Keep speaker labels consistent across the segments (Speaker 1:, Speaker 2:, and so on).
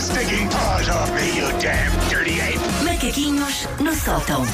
Speaker 1: sticking paws off me, you damn dirty ape!
Speaker 2: Macaquinhos no sótão.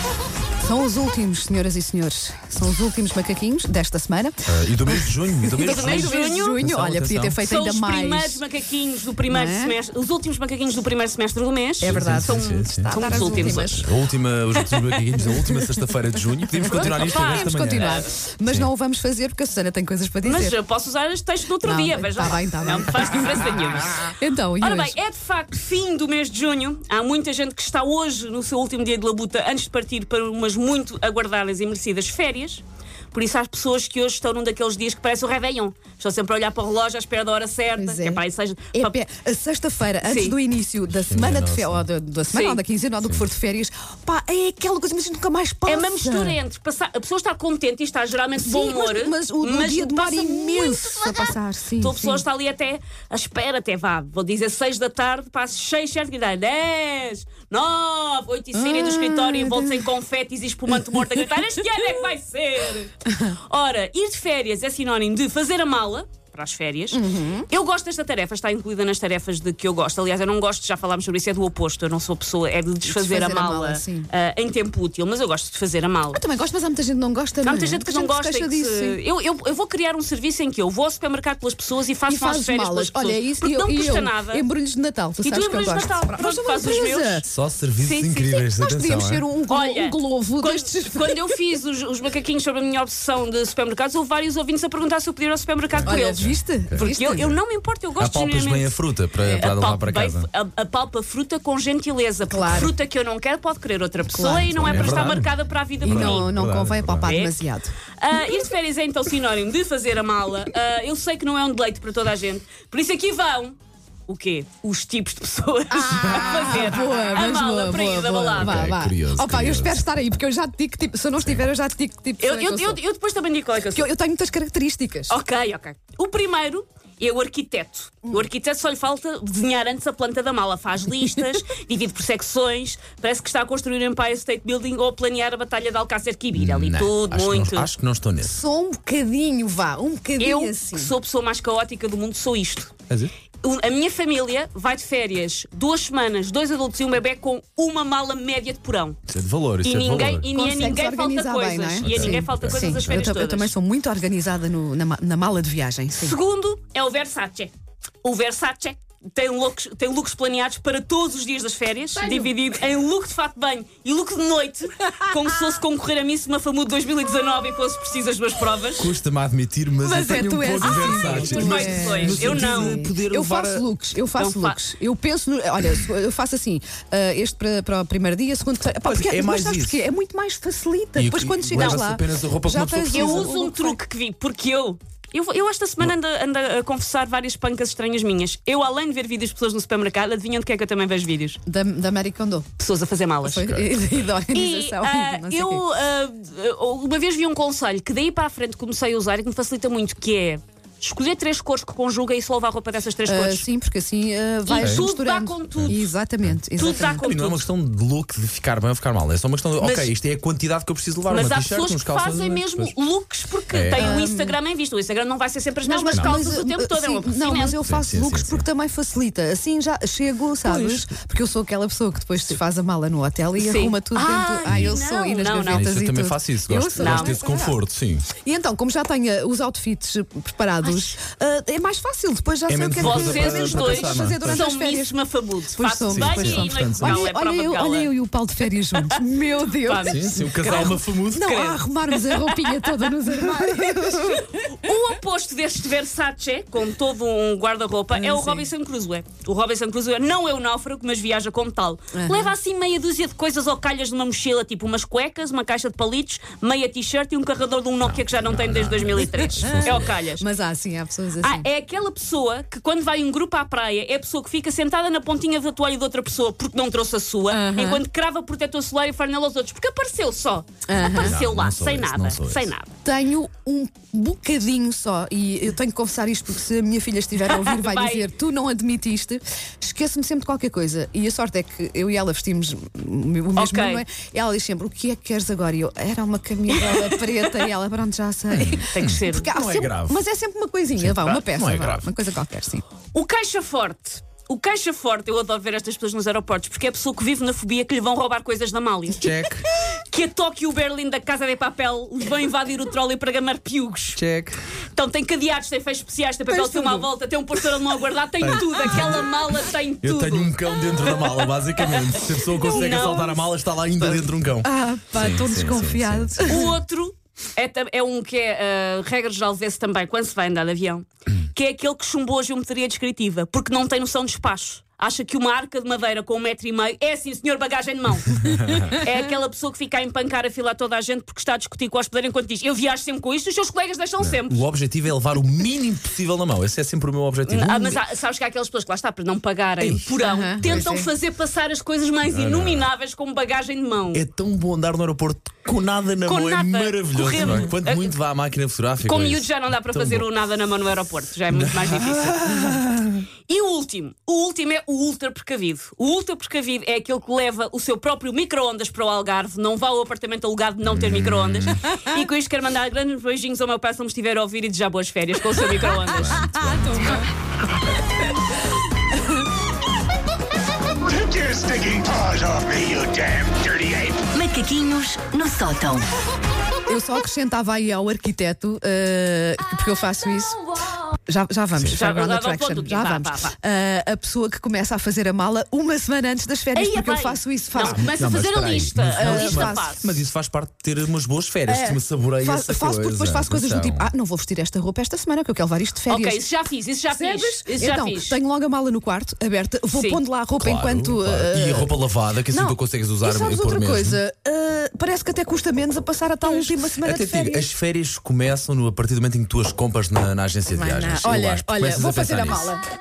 Speaker 3: São os últimos, senhoras e senhores. São os últimos macaquinhos desta semana.
Speaker 4: Ah, e do mês de junho. E do mês de
Speaker 3: Mês
Speaker 4: junho.
Speaker 3: de junho.
Speaker 4: Atenção,
Speaker 3: Olha, podia ter
Speaker 4: atenção.
Speaker 3: feito
Speaker 5: São
Speaker 3: ainda
Speaker 5: os primeiros
Speaker 3: mais.
Speaker 5: macaquinhos do primeiro
Speaker 3: Não é?
Speaker 5: semestre, os últimos macaquinhos do primeiro semestre do mês.
Speaker 3: É um verdade.
Speaker 4: Sim, sim, sim, sim.
Speaker 3: São
Speaker 5: São os últimos hoje.
Speaker 4: A última, os últimos macaquinhos da última sexta-feira de junho. Podíamos continuar isto
Speaker 5: Vamos
Speaker 4: esta
Speaker 3: Vamos
Speaker 4: manhã.
Speaker 3: continuar. Mas
Speaker 4: Sim.
Speaker 3: não o vamos fazer porque a Susana tem coisas para
Speaker 5: Mas
Speaker 3: dizer.
Speaker 5: eu posso usar este texto no outro
Speaker 3: Não,
Speaker 5: dia,
Speaker 3: tá
Speaker 5: veja. lá.
Speaker 3: bem, tá bem.
Speaker 5: Não me faz diferença nenhuma.
Speaker 3: Então, e
Speaker 5: Ah. Ora
Speaker 3: hoje?
Speaker 5: bem, é de facto fim do mês de junho. Há muita gente que está hoje no seu último dia de labuta antes de partir para umas muito aguardadas e merecidas férias. Por isso, há pessoas que hoje estão num daqueles dias que parece o Réveillon. Estão sempre a olhar para o relógio à espera da hora certa.
Speaker 3: Pois é.
Speaker 5: Que é para aí seja.
Speaker 3: É
Speaker 5: para-
Speaker 3: pé. A sexta-feira, antes
Speaker 5: Sim.
Speaker 3: do início da semana de férias,
Speaker 4: é nossa.
Speaker 3: ou da, da semana
Speaker 5: Sim.
Speaker 3: ou da quinzena, ou do que for de férias, pá, é aquela coisa, mas isso nunca mais passa.
Speaker 5: É uma mistura entre passar, a pessoa está contente e está geralmente de bom
Speaker 3: Sim,
Speaker 5: humor,
Speaker 3: mas, mas o, o dia demora
Speaker 5: passa muito
Speaker 3: imenso a
Speaker 5: devagar.
Speaker 3: passar. Sim,
Speaker 5: Então a
Speaker 3: sim.
Speaker 5: pessoa está ali até à espera, até vá, vou dizer 6 da tarde, passo 6, 7, gritar 10, 9, 8 e saírem
Speaker 3: Ah,
Speaker 5: do escritório e volto sem confetes e espumante morto a gritar: Este ano é que vai ser! Ora, ir de férias é sinónimo de fazer a mala. Para as férias.
Speaker 3: Uhum.
Speaker 5: Eu gosto desta tarefa, está incluída nas tarefas de que eu gosto. Aliás, eu não gosto, já falámos sobre isso, é do oposto. Eu não sou a pessoa, é de desfazer, a
Speaker 3: Desfazer a
Speaker 5: mala,
Speaker 3: mala, sim.
Speaker 5: ah, em tempo útil, mas eu gosto de fazer a mala.
Speaker 3: Eu também gosto, mas há muita gente que não gosta.
Speaker 5: Há
Speaker 3: não
Speaker 5: muita
Speaker 3: é?
Speaker 5: gente que não
Speaker 3: se
Speaker 5: gosta e
Speaker 3: queixa
Speaker 5: que
Speaker 3: disso.
Speaker 5: se- eu, eu, eu vou criar um serviço em que eu vou ao supermercado pelas pessoas e faço
Speaker 3: E faz
Speaker 5: malas férias
Speaker 3: malas.
Speaker 5: pelas pessoas.
Speaker 3: Olha, é isso
Speaker 5: Porque
Speaker 3: e eu,
Speaker 5: não
Speaker 3: e
Speaker 5: custa
Speaker 3: eu,
Speaker 5: nada.
Speaker 3: Embrulhos de Natal, tu
Speaker 5: E tu
Speaker 3: sabes que eu
Speaker 5: embrulhos
Speaker 3: gosto.
Speaker 5: de Natal,
Speaker 3: Nós
Speaker 5: pronto,
Speaker 3: somos
Speaker 5: faz os
Speaker 3: empresa.
Speaker 5: meus.
Speaker 4: Só serviços
Speaker 5: Sim, sim, sim.
Speaker 4: incríveis.
Speaker 3: Nós podíamos
Speaker 4: atenção,
Speaker 3: ser um, glo-
Speaker 5: Olha,
Speaker 3: um globo
Speaker 5: quando,
Speaker 3: destes.
Speaker 5: quando eu fiz os, os macaquinhos sobre a minha obsessão de supermercados, houve vários ouvintes a perguntar se eu podia ir ao supermercado por
Speaker 3: Olha,
Speaker 5: eles.
Speaker 3: viste?
Speaker 5: Porque
Speaker 3: Viste?
Speaker 5: eu, eu não me importo, eu
Speaker 4: é?
Speaker 5: gosto
Speaker 4: Apalpas
Speaker 5: genuinamente.
Speaker 4: bem a fruta para, para levar
Speaker 5: Apalpa
Speaker 4: para
Speaker 5: bem-
Speaker 4: casa.
Speaker 5: a- apalpa fruta com gentileza, porque
Speaker 3: Claro.
Speaker 5: fruta que eu não quero pode querer outra pessoa
Speaker 3: Claro.
Speaker 5: e não é,
Speaker 4: É
Speaker 5: para estar
Speaker 4: verdade.
Speaker 5: marcada para a vida
Speaker 3: E
Speaker 5: para mim.
Speaker 3: não, não
Speaker 4: Verdade,
Speaker 3: convém
Speaker 4: verdade.
Speaker 3: palpar
Speaker 5: É.
Speaker 3: demasiado.
Speaker 5: Ah, ir de férias é então sinónimo de fazer a mala. Ah, eu sei que não é um deleite para toda a gente, por isso aqui vão. O quê? Os tipos de pessoas a fazer
Speaker 3: Ah, Boa,
Speaker 5: a
Speaker 3: mas
Speaker 5: mala
Speaker 3: boa,
Speaker 5: para
Speaker 3: boa,
Speaker 5: ir da
Speaker 3: boa.
Speaker 5: balada.
Speaker 3: Vá,
Speaker 4: Ok,
Speaker 3: vá.
Speaker 4: curioso,
Speaker 3: Opa, eu
Speaker 4: curioso.
Speaker 3: espero estar aí, porque eu já te digo, tipo, se eu não estiver, eu já te digo que tipo.
Speaker 5: Eu,
Speaker 3: sei que
Speaker 5: eu, eu,
Speaker 3: sou.
Speaker 5: eu depois também digo qual é que eu sou.
Speaker 3: eu, eu tenho muitas características.
Speaker 5: Ok, ok. O primeiro é o arquiteto.
Speaker 3: Hum.
Speaker 5: O arquiteto só lhe falta desenhar antes a planta da mala. Faz listas, divide por secções, parece que está a construir o Empire State Building ou a planear a Batalha de Alcácer Quibir. Ali
Speaker 4: Não,
Speaker 5: tudo,
Speaker 4: acho que não-
Speaker 5: muito.
Speaker 4: acho que não estou nesse.
Speaker 3: Sou um bocadinho, vá, um bocadinho
Speaker 5: eu,
Speaker 3: assim.
Speaker 5: que sou a pessoa mais caótica do mundo, sou isto.
Speaker 4: Quer dizer,
Speaker 5: O- A minha família vai de férias duas semanas, dois adultos e um bebê com uma mala média de porão.
Speaker 4: Isso é de valor. Isso
Speaker 5: E
Speaker 4: é de valor.
Speaker 5: ninguém, e nem a
Speaker 3: Consegues
Speaker 5: ninguém falta
Speaker 3: organizar
Speaker 5: coisas.
Speaker 3: bem, não é?
Speaker 5: E a
Speaker 3: Sim.
Speaker 5: ninguém falta coisas
Speaker 3: Sim,
Speaker 5: as
Speaker 3: eu,
Speaker 5: férias
Speaker 3: ta- eu
Speaker 5: todas.
Speaker 3: também sou muito organizada no- na, ma- na mala de viagem. Sim.
Speaker 5: Segundo é o Versace. O Versace tem looks, tem looks planeados para todos os dias das férias, dividido em look de fato de banho e look de noite, como se fosse concorrer a mim se uma FAMU de 2019 e fosse preciso as duas provas.
Speaker 4: Custa-me a admitir, mas,
Speaker 3: Mas
Speaker 4: eu
Speaker 3: é,
Speaker 4: tenho
Speaker 3: tu
Speaker 4: um
Speaker 3: és
Speaker 4: pouco
Speaker 3: assim.
Speaker 4: de Versace.
Speaker 5: Tu
Speaker 4: Mas
Speaker 5: és.
Speaker 4: no
Speaker 5: Eu
Speaker 4: sentido
Speaker 5: não.
Speaker 4: de poder
Speaker 3: Eu
Speaker 4: levar a-
Speaker 3: faço looks, eu faço
Speaker 5: Então fa-
Speaker 3: looks. Eu penso no. Olha, se- eu faço assim, ah, este para, para o primeiro dia, segundo. terceiro- Pá,
Speaker 4: Pois,
Speaker 3: porque,
Speaker 4: é
Speaker 3: mas
Speaker 4: mais
Speaker 3: sabes
Speaker 4: isso.
Speaker 3: porquê? É muito mais facilita.
Speaker 4: E-
Speaker 3: Depois
Speaker 4: e
Speaker 3: quando chegas
Speaker 4: leva-se
Speaker 3: lá.
Speaker 4: apenas a roupa que
Speaker 3: já
Speaker 4: uma pessoa
Speaker 3: tens
Speaker 5: Eu
Speaker 4: precisa.
Speaker 3: o-
Speaker 5: uso
Speaker 3: o-
Speaker 5: um truque que vi, porque eu. Eu, vou- eu esta semana ando, ando a confessar várias pancas estranhas minhas. Eu, além de ver vídeos de pessoas no supermercado, adivinham de que é que eu também vejo vídeos?
Speaker 3: Da, da Mary Kondo.
Speaker 5: Pessoas a fazer malas.
Speaker 3: Foi- E, da
Speaker 5: E
Speaker 3: organização.
Speaker 5: ah,
Speaker 3: não sei
Speaker 5: eu
Speaker 3: quê.
Speaker 5: ah, uma vez vi um conselho que daí para a frente comecei a usar e que me facilita muito, que é escolher três cores que conjuga e só levar roupa dessas três
Speaker 3: Ah,
Speaker 5: cores.
Speaker 3: sim, porque assim ah, vais
Speaker 5: tudo
Speaker 3: misturando.
Speaker 5: dá com tudo.
Speaker 3: Exatamente.
Speaker 5: Tudo
Speaker 3: exatamente.
Speaker 5: dá com
Speaker 4: Para mim não é uma
Speaker 5: tudo.
Speaker 4: questão de look, de ficar bem ou ficar mal. É só uma questão de,
Speaker 5: Mas-
Speaker 4: ok, isto é a quantidade que eu preciso levar.
Speaker 5: Mas
Speaker 4: uma
Speaker 5: há
Speaker 4: t-shirt,
Speaker 5: pessoas
Speaker 4: uns
Speaker 5: que
Speaker 4: calções,
Speaker 5: fazem
Speaker 4: umas
Speaker 5: mesmo
Speaker 4: coisas.
Speaker 5: looks porque
Speaker 4: É.
Speaker 5: têm o Instagram em vista. O Instagram não vai ser sempre as
Speaker 3: Não,
Speaker 5: mesmas
Speaker 3: Ah, mas
Speaker 5: calças
Speaker 3: mas, eh,
Speaker 5: o tempo todo. é uma
Speaker 3: sim, não, mas eu
Speaker 5: oficina.
Speaker 3: faço
Speaker 4: Sim, sim,
Speaker 3: looks
Speaker 4: sim,
Speaker 3: porque também facilita. Assim já chego, sabes? Porque eu sou aquela pessoa que depois se faz a mala no hotel e
Speaker 5: Sim.
Speaker 3: arruma tudo
Speaker 5: Ai,
Speaker 3: dentro. Ah, eu
Speaker 5: não,
Speaker 3: sou e nas
Speaker 5: não, não.
Speaker 4: Ah,
Speaker 3: gavetas
Speaker 4: isso
Speaker 3: e
Speaker 4: eu também
Speaker 3: tudo.
Speaker 4: faço isso,
Speaker 3: Eu
Speaker 4: gosto,
Speaker 3: sou.
Speaker 4: gosto
Speaker 5: Não.
Speaker 4: desse
Speaker 3: é
Speaker 4: conforto, sim.
Speaker 3: E então, como já tenho os outfits preparados, ah, é mais fácil. Depois já
Speaker 4: É
Speaker 3: sei o
Speaker 4: menos
Speaker 3: que é que
Speaker 4: uma
Speaker 3: eu
Speaker 4: coisa
Speaker 5: Vocês
Speaker 4: para-
Speaker 5: os
Speaker 4: para
Speaker 5: dois
Speaker 4: pensar,
Speaker 3: fazer durante
Speaker 5: são
Speaker 3: as férias.
Speaker 5: Miss Mafabude.
Speaker 3: Pois
Speaker 5: Fato de
Speaker 3: somos,
Speaker 5: banho
Speaker 3: pois
Speaker 5: e
Speaker 4: somos,
Speaker 5: noite de
Speaker 4: portanto,
Speaker 5: gala.
Speaker 3: Olha,
Speaker 5: É prova
Speaker 3: olha,
Speaker 5: de
Speaker 3: eu,
Speaker 5: gala.
Speaker 3: olha eu e o Paulo de férias juntos. Meu Deus!
Speaker 5: Vamos.
Speaker 4: Sim, sim, o casal uma famudo.
Speaker 3: Não,
Speaker 5: Credo.
Speaker 3: a arrumarmos a roupinha toda nos armários.
Speaker 5: O oposto deste Versace, com todo um guarda-roupa, é o
Speaker 3: sim.
Speaker 5: Robinson Crusoe. O Robinson Crusoe não é o náufrago, mas viaja como tal. Leva assim meia dúzia de coisas ou calhas numa mochila, tipo umas cuecas, uma caixa de palitos, meia t-shirt e um carregador de um Nokia que já não, tem desde 2003. É o calhas.
Speaker 3: Mas há, sim, há pessoas assim.
Speaker 5: Ah, é aquela pessoa que quando vai um grupo à praia é a pessoa que fica sentada na pontinha da toalha de outra pessoa porque não trouxe a sua,
Speaker 3: Aham.
Speaker 5: enquanto crava protetor solar e farnela aos outros, porque apareceu só. Apareceu
Speaker 4: Não,
Speaker 5: lá,
Speaker 4: não sou
Speaker 5: sem
Speaker 4: esse,
Speaker 5: nada,
Speaker 4: não sou
Speaker 5: sem
Speaker 4: esse.
Speaker 5: nada.
Speaker 3: Tenho um bocadinho só, e eu tenho que confessar isto porque se a minha filha estiver a ouvir, vai,
Speaker 5: Vai.
Speaker 3: dizer: Tu não admitiste. Esqueço-me sempre de qualquer coisa. E a sorte é que eu e ela vestimos o mesmo,
Speaker 5: Ok.
Speaker 3: não é? E ela diz sempre: O que é que queres agora? E eu: Era uma camisola preta. E ela: Pronto, já sei.
Speaker 5: Tem que ser.
Speaker 3: Porque há
Speaker 4: Não é
Speaker 3: sempre-
Speaker 4: grave.
Speaker 3: Mas é sempre uma coisinha, vá,
Speaker 4: tá,
Speaker 3: uma peça,
Speaker 4: não é
Speaker 3: vá,
Speaker 4: grave.
Speaker 3: uma coisa qualquer, sim.
Speaker 5: O caixa forte. O caixa forte, eu adoro ver estas pessoas nos aeroportos, porque é a pessoa que vive na fobia que lhe vão roubar coisas da Mália.
Speaker 6: Check,
Speaker 5: Que a Tóquio e o Berlim da Casa de Papel lhe vão invadir o tróleo para gamar piugos.
Speaker 6: check.
Speaker 5: Então tem cadeados, tem feios especiais, tem papel de filme à volta, tem um portador alemão a guardar, tem tudo. Aquela mala tem tudo.
Speaker 4: Eu tenho um cão dentro da mala, basicamente. Se a pessoa consegue
Speaker 5: Não.
Speaker 4: assaltar a mala, está lá ainda dentro um cão.
Speaker 3: Ah, pá,
Speaker 4: Sim,
Speaker 3: tão
Speaker 4: sim, sim,
Speaker 3: desconfiado.
Speaker 4: sim, sim.
Speaker 5: O outro é, ta- é um que é, uh, regra geral, vê-se também quando se vai andar de avião, que é aquele que chumbou a geometria descritiva, porque não tem noção de espaço. Acha que uma arca de madeira com um metro e meio é sim, senhor, bagagem de mão. é aquela pessoa que fica a empancar a fila a toda a gente porque está a discutir com o hospedeiro enquanto diz eu viajo sempre com isto, os seus colegas deixam sempre.
Speaker 4: O objetivo é levar o mínimo possível na mão. Esse é sempre o meu objetivo.
Speaker 5: Ah,
Speaker 4: O
Speaker 5: mas há- sabes que há aquelas pessoas que lá está para não pagarem porão,
Speaker 3: Aham,
Speaker 5: tentam
Speaker 3: pois é.
Speaker 5: fazer passar as coisas mais inomináveis como bagagem de mão.
Speaker 4: É tão bom andar no aeroporto com nada na
Speaker 5: Com
Speaker 4: mão,
Speaker 5: nada,
Speaker 4: é maravilhoso.
Speaker 5: correndo.
Speaker 4: não é? Quanto
Speaker 5: Ah,
Speaker 4: muito vá à máquina fotográfica.
Speaker 5: Com
Speaker 4: é
Speaker 5: miúdo
Speaker 4: isso.
Speaker 5: já não dá para
Speaker 4: Tão
Speaker 5: fazer
Speaker 4: bom.
Speaker 5: o nada na mão no aeroporto, já é muito mais difícil. E o último, o último é o ultra precavido. O ultra precavido é aquele que leva o seu próprio micro-ondas para o Algarve, não vá ao apartamento alugado de não ter micro-ondas. E com isto quero mandar grandes beijinhos ao meu pai se ele me estiver a ouvir e desejar boas férias com o seu micro-ondas.
Speaker 1: Take your stinking paws off me, you damn dirty ape!
Speaker 2: Macaquinhos no sótão.
Speaker 3: Eu só acrescentava aí ao arquiteto, eh, porque eu faço isso. Já, já vamos,
Speaker 5: Já-
Speaker 3: Fairground
Speaker 5: já- já-
Speaker 3: Attraction.
Speaker 5: ponto,
Speaker 3: já
Speaker 5: vá,
Speaker 3: vamos.
Speaker 5: vá, vá.
Speaker 3: Eh, a pessoa que começa a fazer a mala uma semana antes das férias,
Speaker 5: Aí é
Speaker 3: porque eu
Speaker 5: bem.
Speaker 3: faço isso.
Speaker 5: Não,
Speaker 3: Faço.
Speaker 5: começa
Speaker 4: Não,
Speaker 5: a
Speaker 4: mas
Speaker 5: fazer a
Speaker 4: espera aí.
Speaker 5: lista. Ah, A
Speaker 4: Mas-
Speaker 5: lista
Speaker 3: mas-
Speaker 5: faz.
Speaker 4: Mas isso faz parte de ter umas boas
Speaker 3: É.
Speaker 4: férias. Se me saboreia
Speaker 3: Eh, Fa-
Speaker 4: essa
Speaker 3: faço porque
Speaker 4: coisa.
Speaker 3: depois faço coisas do tipo:
Speaker 4: Atenção.
Speaker 3: ah, não vou vestir esta roupa esta semana, que eu quero levar isto de férias.
Speaker 5: Ok, isso já fiz, isso já
Speaker 3: É Percebes?
Speaker 5: fiz. Isso já
Speaker 3: então,
Speaker 5: fiz.
Speaker 3: tenho logo a mala no quarto, aberta, vou
Speaker 5: Sim.
Speaker 3: pondo lá a roupa
Speaker 4: Claro,
Speaker 3: enquanto.
Speaker 4: claro.
Speaker 3: eh,
Speaker 4: E a roupa lavada, que assim
Speaker 3: não.
Speaker 4: tu consegues usar
Speaker 3: e sabes
Speaker 4: e pôr
Speaker 3: outra
Speaker 4: mesmo.
Speaker 3: coisa? Eh, parece que até custa menos a passar a tal última semana
Speaker 4: Até
Speaker 3: de
Speaker 4: te digo,
Speaker 3: férias.
Speaker 4: as férias começam no, a partir do momento em que tu as compras na, na agência de
Speaker 3: Vai na-
Speaker 4: viagens. Eu
Speaker 3: Olha,
Speaker 4: acho que
Speaker 3: olha,
Speaker 4: começas
Speaker 3: vou
Speaker 4: pensar
Speaker 3: fazer a
Speaker 4: nisso.
Speaker 3: mala.